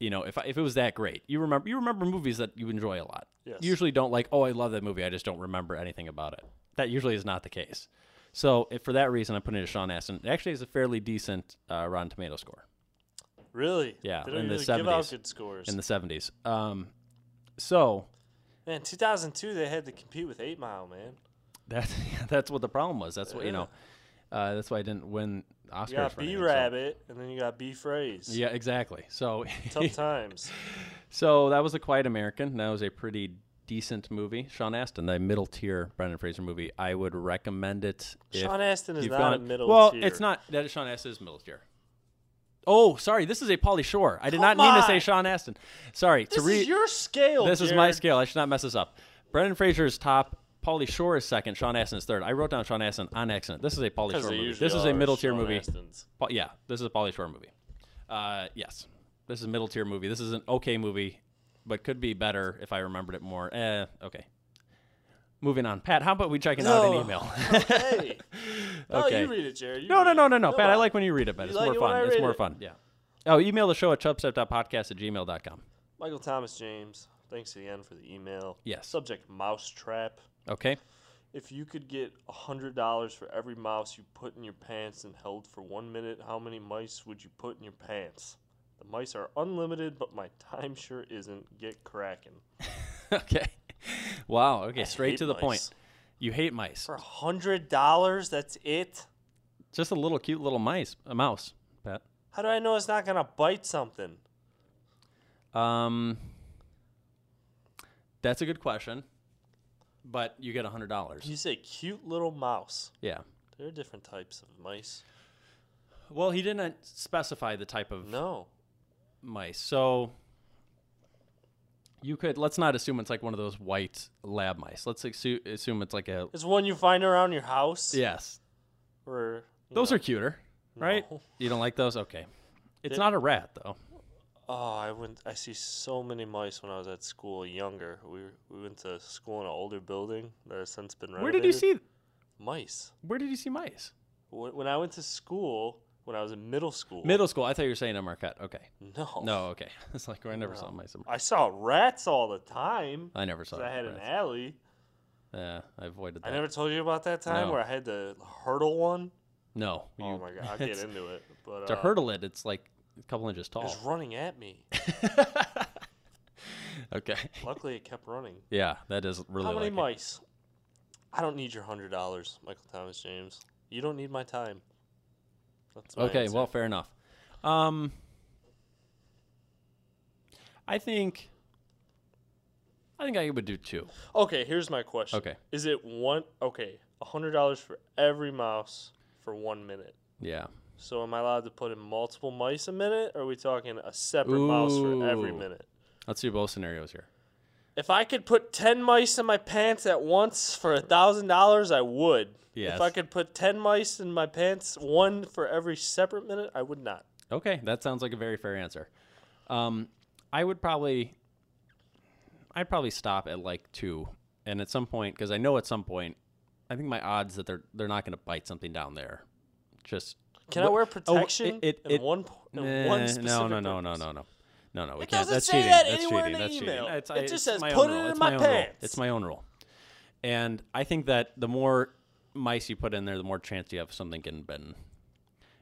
H: You know, if I, if it was that great, you remember you remember movies that you enjoy a lot
F: Yes.
H: usually don't like, oh, I love that movie. I just don't remember anything about it. That usually is not the case. So if, for that reason, I'm putting it to Sean Astin. It actually has a fairly decent uh, Rotten Tomato score
F: Really?
H: Yeah,
F: They don't
H: in the
F: usually give out
H: 70s.
F: good scores.
H: in the 70s. Um, so
F: man, 2002, they had to compete with 8 Mile, man.
H: that's that's what the problem was. That's what you know. Uh, that's why I didn't win Oscars.
F: You got
H: for anything,
F: B
H: so-
F: Rabbit, and then you got B Phrase.
H: Yeah, exactly. So
F: Tough times.
H: so that was a Quiet American. That was a pretty decent movie. Sean Astin, the middle tier Brendan Fraser movie. I would recommend it. if
F: Sean Astin is
H: you've
F: not
H: gone-
F: a middle
H: Well,
F: tier.
H: it's not. That is Sean Astin is middle tier. Oh, sorry. This is a Polly Shore. I did
F: Come
H: not mean to say
F: on.
H: Sean Astin. Sorry.
F: This
H: to re-
F: is your scale.
H: This is my
F: Jared.
H: scale. I should not mess this up. Brendan Fraser is top. Pauly Shore is second. Sean Astin is third. I wrote down Sean Astin on accident. This is a Pauly
F: 'Cause
H: Shore
F: they
H: movie.
F: usually
H: This is a
F: are
H: middle tier
F: Sean
H: movie.
F: Astins.
H: Pa- yeah, this is a Pauly Shore movie. Uh, yes, this is a middle tier movie. This is an okay movie, but could be better if I remembered it more. Eh, okay. Moving on, Pat. How about we check it out in
F: No.
H: email?
F: Hey. No,
H: Okay.
F: Oh, you read it, Jared. You
H: No, no,
F: read
H: no,
F: it.
H: no, no. Pat, I like when you read it,
F: You
H: Pat. It's
F: like
H: more
F: it when I
H: fun. It's
F: read
H: more
F: it.
H: fun. Yeah. Oh, email the show at chubstep.podcast at gmail.com.
F: Michael Thomas James, thanks again for the email.
H: Yes.
F: Subject Mousetrap.
H: Okay.
F: If you could get $100 for every mouse you put in your pants and held for one minute, how many mice would you put in your pants? The mice are unlimited, but my time sure isn't. Get cracking.
H: okay. Wow. Okay. Straight
F: hate
H: to the point.
F: mice.
H: You hate mice.
F: For $100, that's it?
H: Just a little cute little mice, a mouse, Pat.
F: How do I know it's not going to bite something?
H: Um, that's a good question. But you get a hundred dollars.
F: You say cute little mouse.
H: Yeah.
F: There are different types of mice.
H: Well, he didn't specify the type of
F: No.
H: mice, so you could. Let's not assume it's like one of those white lab mice. Let's assume, assume it's like a.
F: It's one you find around your house.
H: Yes,
F: Or you
H: those
F: know.
H: are cuter, right?
F: No.
H: You don't like those? Okay. It's not a rat though.
F: Oh, I went. I see so many mice when I was at school. Younger, we were- we went to school in an older building that has since been
H: Where
F: renovated.
H: did you see?
F: mice?
H: Where did you see mice?
F: Wh- When I went to school, when I was in middle school.
H: Middle school. I thought you were saying at Marquette. Okay.
F: No.
H: No, okay. It's like I never saw my summer.
F: I saw rats all the time.
H: I never saw.
F: 'cause I had an
H: rats.
F: alley.
H: Yeah, I avoided that.
F: I never told you about that time
H: No.
F: where I had to hurdle one.
H: No.
F: oh
H: you-
F: my god, I'll get
H: it's-
F: into it. But
H: To
F: uh,
H: hurdle it, it's like a couple inches
F: it
H: tall.
F: was running at me.
H: okay.
F: Luckily, it kept running.
H: Yeah, that is really.
F: How many
H: like it.
F: mice? I don't need your hundred dollars, Michael Thomas James. You don't need my time. That's my
H: Okay,
F: answer.
H: well, fair enough. Um, I think. I think I would do two.
F: okay. Here's my question.
H: Okay.
F: is it one? Okay, hundred dollars for every mouse for one minute.
H: Yeah.
F: So am I allowed to put in multiple mice a minute? Or are we talking a separate mouse for every
H: Ooh.
F: minute?
H: Let's do both scenarios here.
F: If I could put ten mice in my pants at once for a thousand dollars, I would.
H: Yes.
F: If I could put ten mice in my pants, one for every separate minute, I would not.
H: Okay, that sounds like a very fair answer. Um, I would probably, I'd probably stop at like two, and at some point, because I know at some point, I think my odds that they're they're not going to bite something down there. Just
F: Can I
H: Wha-
F: wear
H: oh,
F: protection
H: it, it,
F: in
H: it-
F: one po- in
H: Nah,
F: one specific
H: no, no, no, no,
F: purpose?
H: no, no, no, no. We
F: It
H: can't.
F: doesn't
H: That's
F: say
H: cheating.
F: that
H: That's
F: anywhere
H: cheating.
F: in the
H: That's
F: email.
H: cheating. It's,
F: It
H: I-
F: just
H: it's
F: says,
H: my
F: "Put
H: own
F: it
H: rule.
F: in
H: it's
F: my
H: own rule.
F: pants."
H: It's my own rule. And I think that the more mice you put in there, the more chance you have of something getting bitten.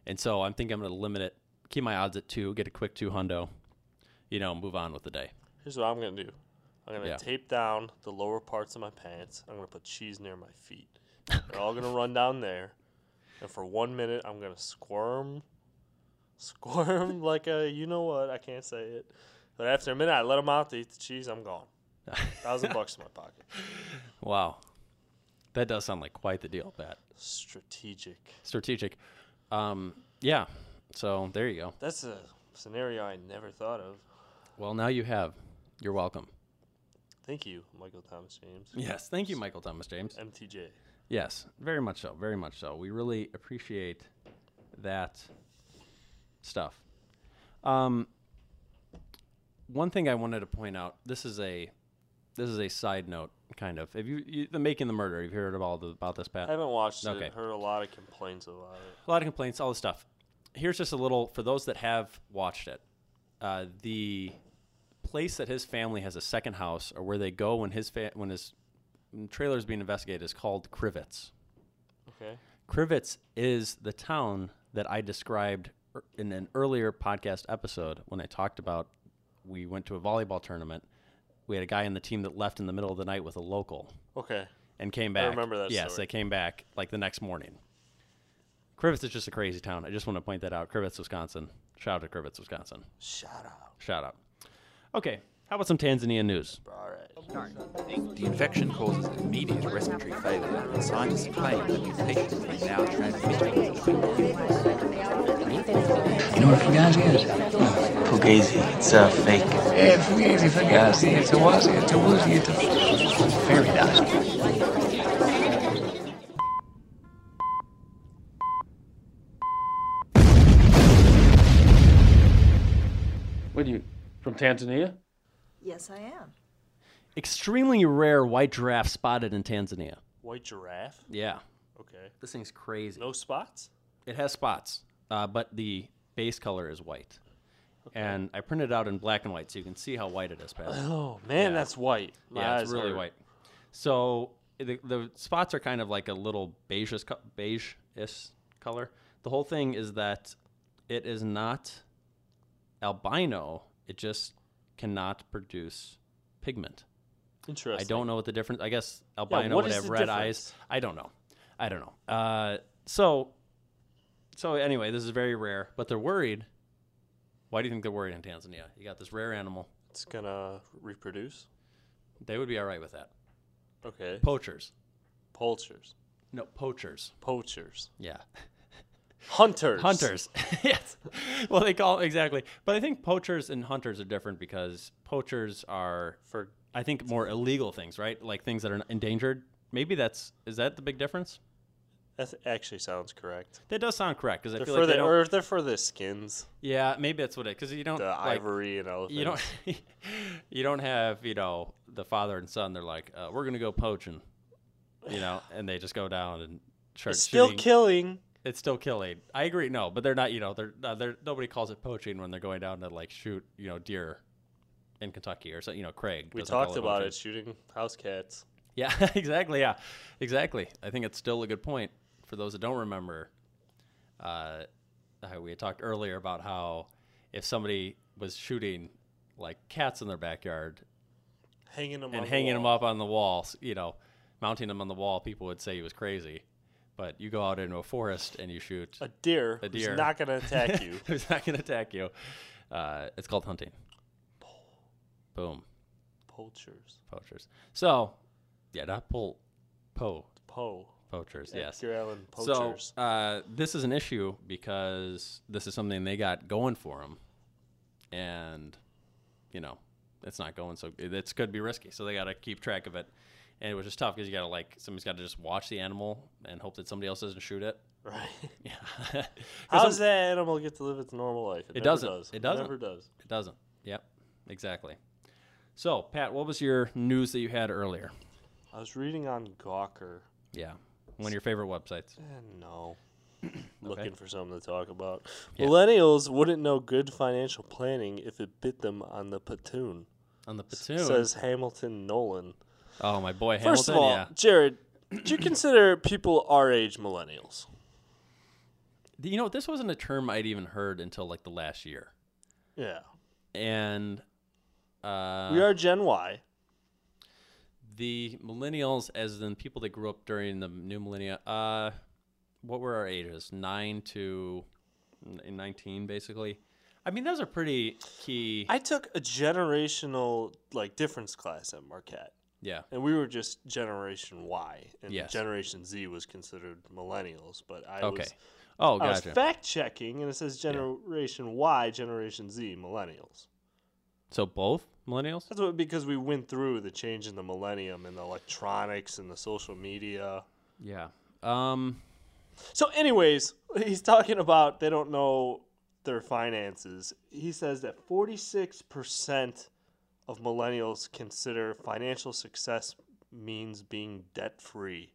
H: And so I'm thinking I'm going to limit it, keep my odds at two, get a quick two hundo, you know, move on with the day.
F: Here's what I'm gonna do. I'm gonna
H: Yeah.
F: tape down the lower parts of my pants. I'm gonna put cheese near my feet. They're all gonna run down there, and for one minute, I'm gonna squirm, squirm like a you know what? I can't say it. But after a minute, I let them out to eat the cheese. I'm gone. Thousand bucks in my pocket.
H: Wow. That does sound like quite the deal, Pat.
F: Strategic.
H: Strategic. Um, yeah. So there you go.
F: That's a scenario I never thought of.
H: Well, now you have. You're welcome.
F: Thank you, Michael Thomas James.
H: Yes. Thank you, Michael Thomas James.
F: MTJ.
H: Yes, very much so. Very much so. We really appreciate that stuff. Um, one thing I wanted to point out. This is a this is a side note, kind of. Have you, you the making the murder? You've heard about the, about this, Pat?
F: I haven't watched
H: Uh, Okay.
F: it. Heard a lot of complaints about it.
H: a lot of complaints, all this stuff. Here's just a little for those that have watched it. Uh, the place that his family has a second house, or where they go when his fa- when his trailer is being investigated, is called Crivets.
F: Okay.
H: Krivitz is the town that I described er- in an earlier podcast episode when I talked about we went to a volleyball tournament. We had a guy on the team that left in the middle of the night with a local
F: Okay.
H: and came back.
F: remember that
H: Yes,
F: story.
H: they came back like the next morning. Krivitz is just a crazy town. I just want to point that out. Krivitz, Wisconsin. Shout out to Krivitz, Wisconsin.
F: Shout out.
H: Shout out. Okay, how about some Tanzania news?
F: All right.
K: The infection causes immediate respiratory failure, and scientists claim that mutations are now transmitted.
L: You know what Fugazi is? Fugazi. It's a fake. Yeah, Fugazi, Fugazi. It's a wazzy, it's a woozy, it's a fairy dust.
M: What are you from Tanzania?
N: Yes, I am.
H: Extremely rare white giraffe spotted in Tanzania.
F: White giraffe?
H: Yeah.
F: Okay.
H: This thing's crazy.
F: No spots?
H: It has spots, uh, but the base color is white. And I printed it out in black and white so you can see how white it is, Pat.
F: Oh, man, that's white. My
H: yeah, it's
F: eyes
H: really
F: hurt.
H: white. So the, the spots are kind of like a little beigeish, co- beige-ish color. The whole thing is that it is not albino. It just cannot produce pigment. I
F: Interesting.
H: don't know what the difference. I guess albino
F: what
H: would
F: is
H: have
F: the
H: red eyes. I don't know. I don't know. Uh, so, so anyway, this is very rare, but they're worried. Why do you think they're worried in Tanzania? You got this rare animal.
F: It's gonna reproduce.
H: They would be all right with that.
F: Okay.
H: Poachers.
F: Poachers.
H: No, poachers.
F: Poachers.
H: Yeah.
F: Hunters.
H: Hunters. yes. Well, they call exactly, but I think poachers and hunters are different because poachers are
F: for
H: I think more illegal things, right? Like things that are endangered. Maybe that's is that the big difference?
F: That actually sounds correct.
H: That does sound correct because I
F: They're
H: feel
F: for
H: like they
F: the
H: don't-
F: or they're for the skins.
H: Yeah, maybe that's what it. Because you don't
F: The
H: like,
F: ivory and elephants.
H: You don't. you don't have you know the father and son. They're like, uh, we're gonna go poaching, you know, and they just go down and start
F: It's still
H: shooting.
F: killing.
H: It's still killing. I agree. No, but they're not. You know, they're uh, they're nobody calls it poaching when they're going down to like shoot you know deer in Kentucky or so. You know, Craig.
F: We
H: doesn't call
F: talked about
H: poaching.
F: it shooting house cats.
H: Yeah, exactly. Yeah, exactly. I think it's still a good point for those that don't remember. Uh, how we had talked earlier about how if somebody was shooting like cats in their backyard
F: Hanging them on
H: and
F: the
H: hanging them
F: wall.
H: up on the wall, s- you know, mounting them on the wall, people would say he was crazy. But you go out into a forest and you shoot
F: a deer
H: A
F: who's
H: deer
F: not gonna attack you.
H: who's not going to attack you. Uh, it's called hunting. Boom.
F: Poachers.
H: Poachers. So, yeah, not pull, po.
F: Po.
H: Poachers, yes.
F: Edgar Allan poachers.
H: So, uh, this is an issue because this is something they got going for them. And, you know, it's not going so It could be risky. So, they got to keep track of it. And it was just tough because you got to, like, somebody's got to just watch the animal and hope that somebody else doesn't shoot it.
F: Right.
H: Yeah. 'Cause
F: How
H: some-
F: does that animal get to live its normal life?
H: it
F: never
H: doesn't.
F: Does.
H: It doesn't.
F: never does.
H: It doesn't. Yep. Exactly. So, Pat, what was your news that you had earlier?
F: I was reading on Gawker.
H: Yeah. One of your favorite websites.
F: Eh, no. Looking for something to talk about. Millennials wouldn't know good financial planning if it bit them on the platoon.
H: On the
F: S-
H: platoon?
F: Says Hamilton Nolan.
H: Oh, my boy,
F: First
H: Hamilton.
F: of all,
H: yeah.
F: Jared, do you consider people our age millennials?
H: You know, this wasn't a term I'd even heard until like the last year.
F: Yeah.
H: And uh,
F: we are Gen Y.
H: the millennials, as in people that grew up during the new millennia. Uh, what were our ages? Nine to n- nineteen, basically. I mean, those are pretty key.
F: I took a generational like difference class at Marquette.
H: Yeah.
F: And we were just generation Y and
H: Yes.
F: generation Z was considered millennials, but I
H: Okay.
F: was
H: Oh,
F: I was
H: gotcha.
F: fact checking and it says generation Y, generation Z, millennials.
H: so both millennials.
F: That's what because we went through the change in the millennium and the electronics and the social media.
H: Yeah. Um.
F: So, anyways, he's talking about they don't know their finances. He says that 46% of millennials consider financial success means being debt free.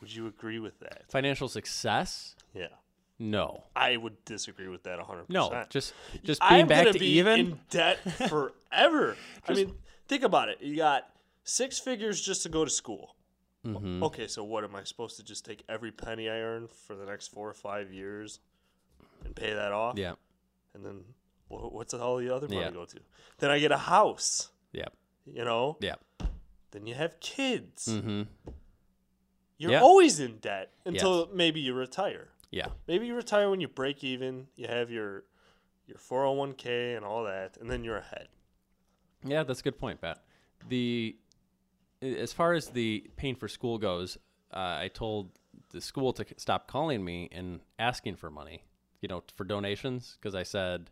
F: Would you agree with that?
H: Financial success?
F: Yeah.
H: No.
F: I would disagree with that 100%.
H: No, just- just
F: I'm
H: being back
F: gonna
H: to
F: be
H: even?
F: in debt forever. I mean, think about it. You got six figures just to go to school.
H: Mhm.
F: Okay, so what am I supposed to just take every penny I earn for the next four or five years and pay that off?
H: Yeah.
F: And then wh- what's all the other money
H: Yeah.
F: go to? Then I get a house.
H: Yep.
F: You know.
H: Yep.
F: Then you have kids.
H: Mm-hmm.
F: You're
H: Yeah.
F: always in debt until maybe you retire.
H: Yeah.
F: Maybe you retire when you break even. You have your oh your 401k and all that, and then you're ahead.
H: Yeah, that's a good point, Pat. the as far as the pain for school goes, uh, I told the school to c- stop calling me and asking for money, you know, for donations, because I said,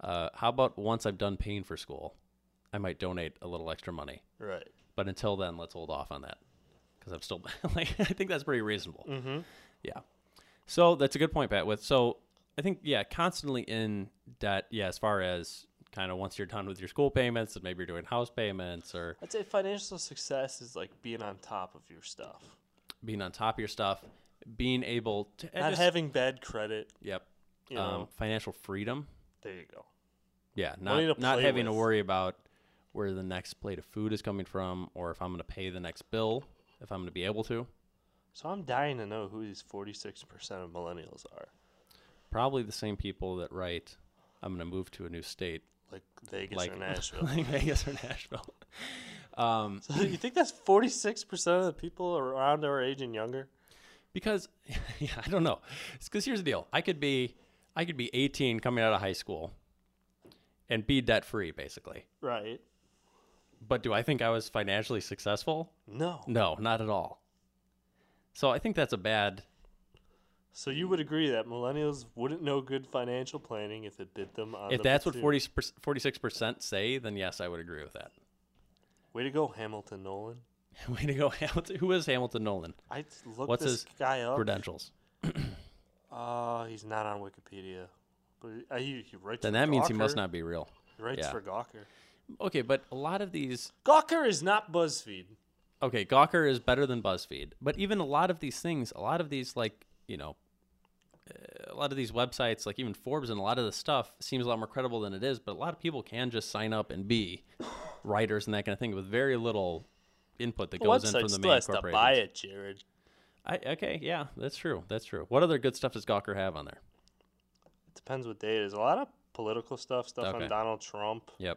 H: uh, "How about once I've done paying for school, I might donate a little extra money."
F: Right.
H: But until then, let's hold off on that, because I'm still like I think that's pretty reasonable.
F: Mm-hmm.
H: Yeah. So that's a good point, Pat. With so I think yeah, constantly in debt. Yeah, as far as kind of once you're done with your school payments and maybe you're doing house payments or
F: I'd say financial success is like being on top of your stuff,
H: being on top of your stuff, being able to and
F: not
H: just-
F: having bad credit.
H: Yep.
F: You
H: um,
F: know.
H: financial freedom.
F: There you go.
H: Yeah,
F: Money
H: not
F: to
H: not
F: play
H: having to
F: with.
H: worry about where the next plate of food is coming from, or if I'm going to pay the next bill, if I'm going to be able to.
F: So I'm dying to know who these 46% of millennials are.
H: Probably the same people that write, "I'm going to move to a new state,"
F: Like Vegas
H: Like-
F: or Nashville.
H: like Vegas or Nashville. Um,
F: so you think that's 46% of the people around our age and younger?
H: because yeah, I don't know. Because here's the deal: I could be, I could be 18 coming out of high school, and be debt free basically.
F: Right.
H: But do I think I was financially successful?
F: No.
H: No, not at all. So I think that's a bad.
F: So you would agree that millennials wouldn't know good financial planning if it bit them on
H: If
F: the
H: that's what
F: pursuit.
H: 40, 46% say, then yes, I would agree with that.
F: Way to go, Hamilton Nolan.
H: Way to go, Hamilton. Who is Hamilton Nolan?
F: I t- looked
H: What's
F: this
H: his
F: guy up.
H: credentials?
F: Uh, he's not on Wikipedia. But uh, he, he writes
H: Then
F: for
H: that means he must
F: Gawker.
H: not be real.
F: He writes
H: Yeah.
F: for Gawker.
H: Okay, but a lot of these.
F: Gawker is not BuzzFeed.
H: Okay, Gawker is better than BuzzFeed. But even a lot of these things, a lot of these, like, you know, uh, a lot of these websites, like even Forbes and a lot of the stuff, seems a lot more credible than it is. But a lot of people can just sign up and be writers and that kind of thing with very little input that
F: The
H: goes in
F: website
H: from the
F: still
H: main
F: has to
H: corporation.
F: buy it, Jared.
H: I, okay, yeah, that's true. That's true. What other good stuff does Gawker have on there?
F: Depends what day it is. A lot of political stuff, stuff
H: Okay.
F: on Donald Trump.
H: Yep.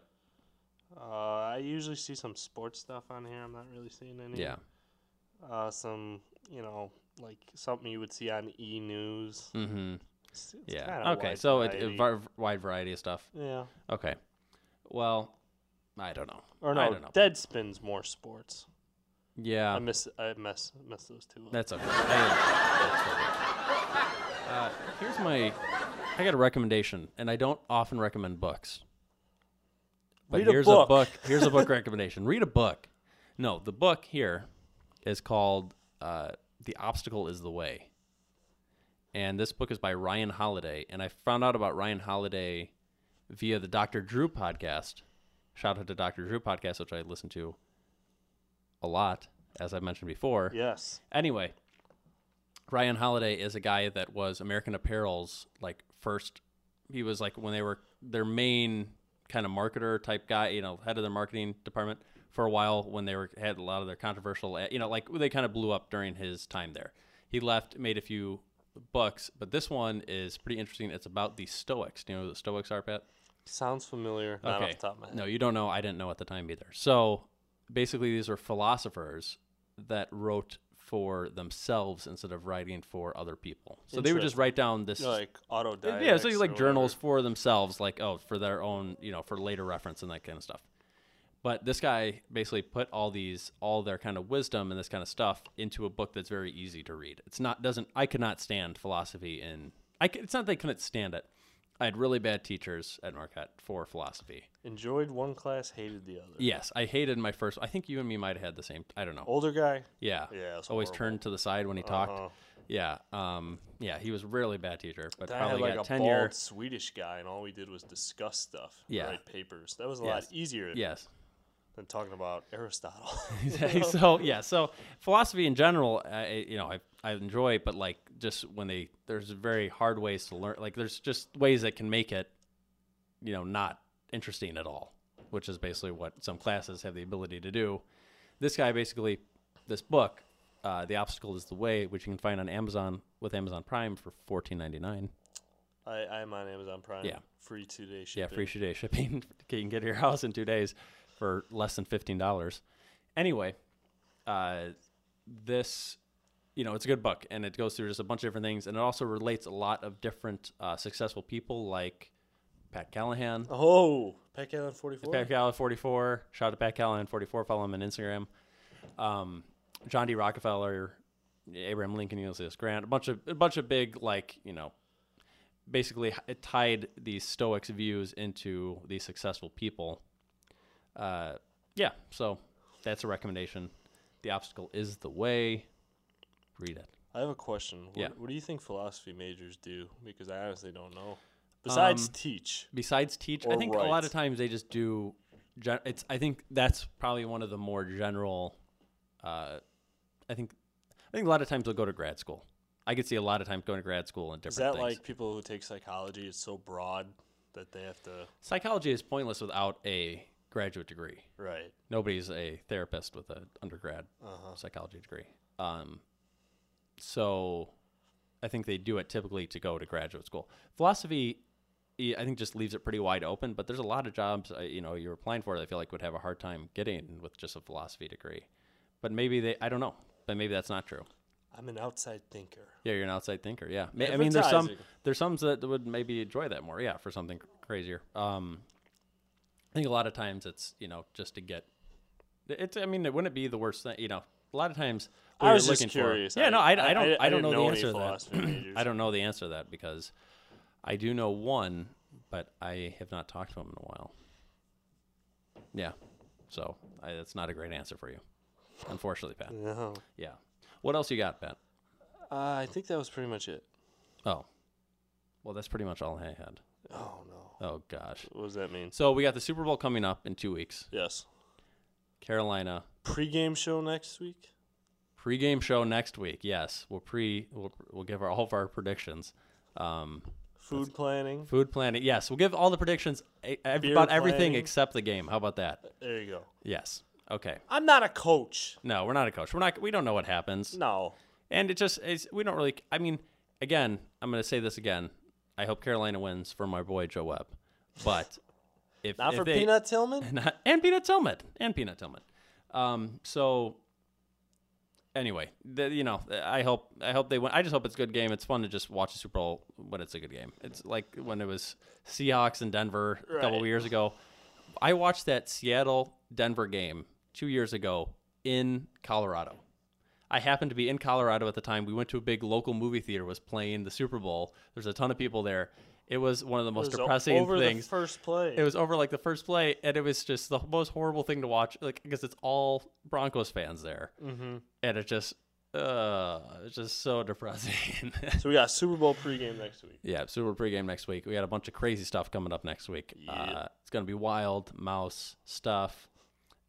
F: Uh, I usually see some sports stuff on here. I'm not really seeing any.
H: Yeah.
F: Uh, some, you know, like something you would see on E News.
H: Mm-hmm.
F: It's- it's kinda
H: Yeah. Okay.
F: wide
H: So it,
F: variety.
H: it var- wide variety of stuff.
F: Yeah.
H: Okay. Well, I don't know.
F: or
H: I
F: no,
H: don't know. Oh.
F: Deadspin's more sports.
H: Yeah.
F: I miss I mess mess those two up.
H: That's okay. I- that's okay. Uh, here's my. I got a recommendation, and I don't often recommend books. But
F: Read a
H: here's
F: book.
H: a book. Here's a book recommendation. Read a book. No, the book here is called uh, "The Obstacle Is the Way," and this book is by Ryan Holiday. And I found out about Ryan Holiday via the Dr. Drew podcast. Shout out to Dr. Drew podcast, which I listen to a lot, as I mentioned before.
F: Yes.
H: Anyway, Ryan Holiday is a guy that was American Apparel's like first. He was like when they were their main kind of marketer type guy, you know, head of their marketing department for a while when they were had a lot of their controversial, ad- you know, like they kind of blew up during his time there. He left, made a few books, but this one is pretty interesting. It's about the Stoics. Do you know who the Stoics are, Pat?
F: Sounds familiar. Not off the top of my head.
H: No, you don't know. I didn't know at the time either. So basically, these are philosophers that wrote for themselves instead of writing for other people. So they would just
F: Interesting.
H: write down this,
F: Like autodidacts
H: Yeah, so you
F: or
H: like
F: whatever.
H: journals for themselves, like oh, for their own, you know, for later reference and that kind of stuff. But this guy basically put all these, all their kind of wisdom and this kind of stuff into a book that's very easy to read. It's not doesn't I could not stand philosophy in. I c- it's not that I couldn't stand it. I had really bad teachers at Marquette for philosophy.
F: Enjoyed one class, hated the other.
H: Yes, I hated my first. I think you and me might have had the same. I don't know.
F: Older guy.
H: Yeah.
F: Oh, Yeah. it's
H: Always
F: horrible.
H: turned to the side when he
F: Uh-huh.
H: talked. Yeah. Um. Yeah. He was a really bad teacher, but
F: Then I had
H: probably
F: like
H: got
F: a
H: tenure.
F: bald Swedish guy, and all we did was discuss stuff. and
H: Yeah.
F: Write papers. That was a
H: Yes.
F: lot easier.
H: Yes.
F: Than talking about Aristotle.
H: Exactly. so yeah, so philosophy in general, uh, I, you know, I I enjoy, but like just when they there's very hard ways to learn. Like there's just ways that can make it, you know, not interesting at all, which is basically what some classes have the ability to do. This guy basically, this book, uh, the obstacle is the way, which you can find on Amazon with Amazon Prime for fourteen ninety nine.
F: I, I'm on Amazon Prime.
H: Yeah.
F: Free two day
H: Yeah,
F: shipping.
H: free two day shipping. you can get to your house in two days for less than fifteen dollars. Anyway, uh, this you know it's a good book, and it goes through just a bunch of different things, and it also relates a lot of different uh, successful people like Pat Callahan.
F: Oh, Pat Callahan 44.
H: Pat Callahan 44. Shout out to Pat Callahan 44. Follow him on Instagram. Um, John D. Rockefeller, Abraham Lincoln, Ulysses S. Grant, a bunch of a bunch of big like you know, basically h- it tied these Stoics' views into these successful people. Uh, yeah, so that's a recommendation. The obstacle is the way. Read it.
F: I have a question. What,
H: Yeah.
F: what do you think philosophy majors do? Because I honestly don't know. Besides
H: Um,
F: teach.
H: Besides teach, I
F: or
H: think a lot of
F: write.
H: times they just do. gen- It's. I think that's probably one of the more general. Uh, I think, I think a lot of times they'll go to grad school. I could see a lot of times going to grad school and different.
F: Is that
H: things.
F: like people who take psychology? It's so broad that they have to.
H: psychology is pointless without a graduate degree?
F: Right.
H: Nobody's a therapist with an undergrad
F: Uh-huh.
H: psychology degree. Um, so, I think they do it typically to go to graduate school. Philosophy, eh, I think, just leaves it pretty wide open. But there's a lot of jobs uh, you know you're applying for that I feel like would have a hard time getting with just a philosophy degree. But maybe they, I don't know. But maybe that's not true.
F: I'm an outside thinker.
H: Yeah, you're an outside thinker. Yeah, Ma- I mean, there's some
F: Advertising.
H: there's some that would maybe enjoy that more. Yeah, for something cr- crazier. Um, I think a lot of times it's you know just to get. It's I mean it wouldn't be the worst thing you know. A lot of times
F: I
H: what
F: was
H: you're
F: just
H: looking for-
F: curious.
H: Yeah,
F: I-
H: no, I, I
F: I-
H: don't
F: I-
H: I,
F: I didn't
H: don't know,
F: know
H: the
F: any
H: answer to
F: philosophy
H: that.
F: majors.
H: I don't know the answer to that because I do know one, but I have not talked to him in a while. Yeah, so I, that's not a great answer for you, unfortunately, Pat.
F: No.
H: Yeah. What else you got, Pat?
F: Uh, I think that was pretty much it.
H: Oh. Well, that's pretty much all I had.
F: Oh, no.
H: Oh gosh.
F: What does that mean?
H: So we got the Super Bowl coming up in two weeks.
F: Yes.
H: Carolina
F: Pre-game show next week.
H: pregame show next week. Yes, we'll pre we'll, we'll give our all of our predictions. Um,
F: Food planning.
H: food planning. Yes, we'll give all the predictions e- ev-
F: Beer
H: about everything
F: planning.
H: except the game. How about that?
F: There you go.
H: Yes. Okay.
F: I'm not a coach.
H: No, we're not a coach. We're not. We don't know what happens.
F: No.
H: And it just is. We don't really. I mean, again, I'm going to say this again. I hope Carolina wins for my boy Joe Webb, but if
F: Not
H: if
F: for
H: they-
F: Peanut Tillman?
H: not, and Peanut Tillman and Peanut Tillman. Um, so anyway, the, you know, I hope I hope they win. I just hope it's a good game. It's fun to just watch the Super Bowl when it's a good game. It's like when it was Seahawks and Denver a couple
F: Right.
H: years ago. I watched that Seattle Denver game two years ago in Colorado. I happened to be in Colorado at the time. We went to a big local movie theater was playing the Super Bowl. There's a ton of people there. It was one of the most
F: was o-
H: depressing
F: over the
H: things.
F: first play.
H: It was over like the first play, and it was just the most horrible thing to watch. Like because it's all Broncos fans there,
F: Mhm.
H: and it just, uh, it's just so depressing.
F: So we got Super Bowl pregame next week.
H: Yeah, Super Bowl pregame next week. We got a bunch of crazy stuff coming up next week. Uh, it's going to be wild, mouse stuff,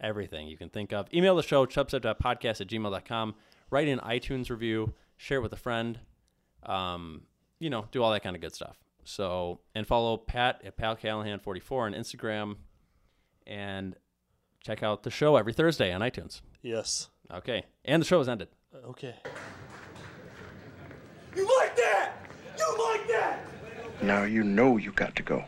H: everything you can think of. Email the show, chubstep.podcast at gmail.com. Write in iTunes review, share it with a friend, um, you know, do all that kind of good stuff. So, and follow Pat at Pat Callahan44 on Instagram and check out the show every Thursday on iTunes.
F: Yes.
H: Okay. And the show has ended.
F: Okay.
E: You like that? You like that?
N: Now you know you got to go.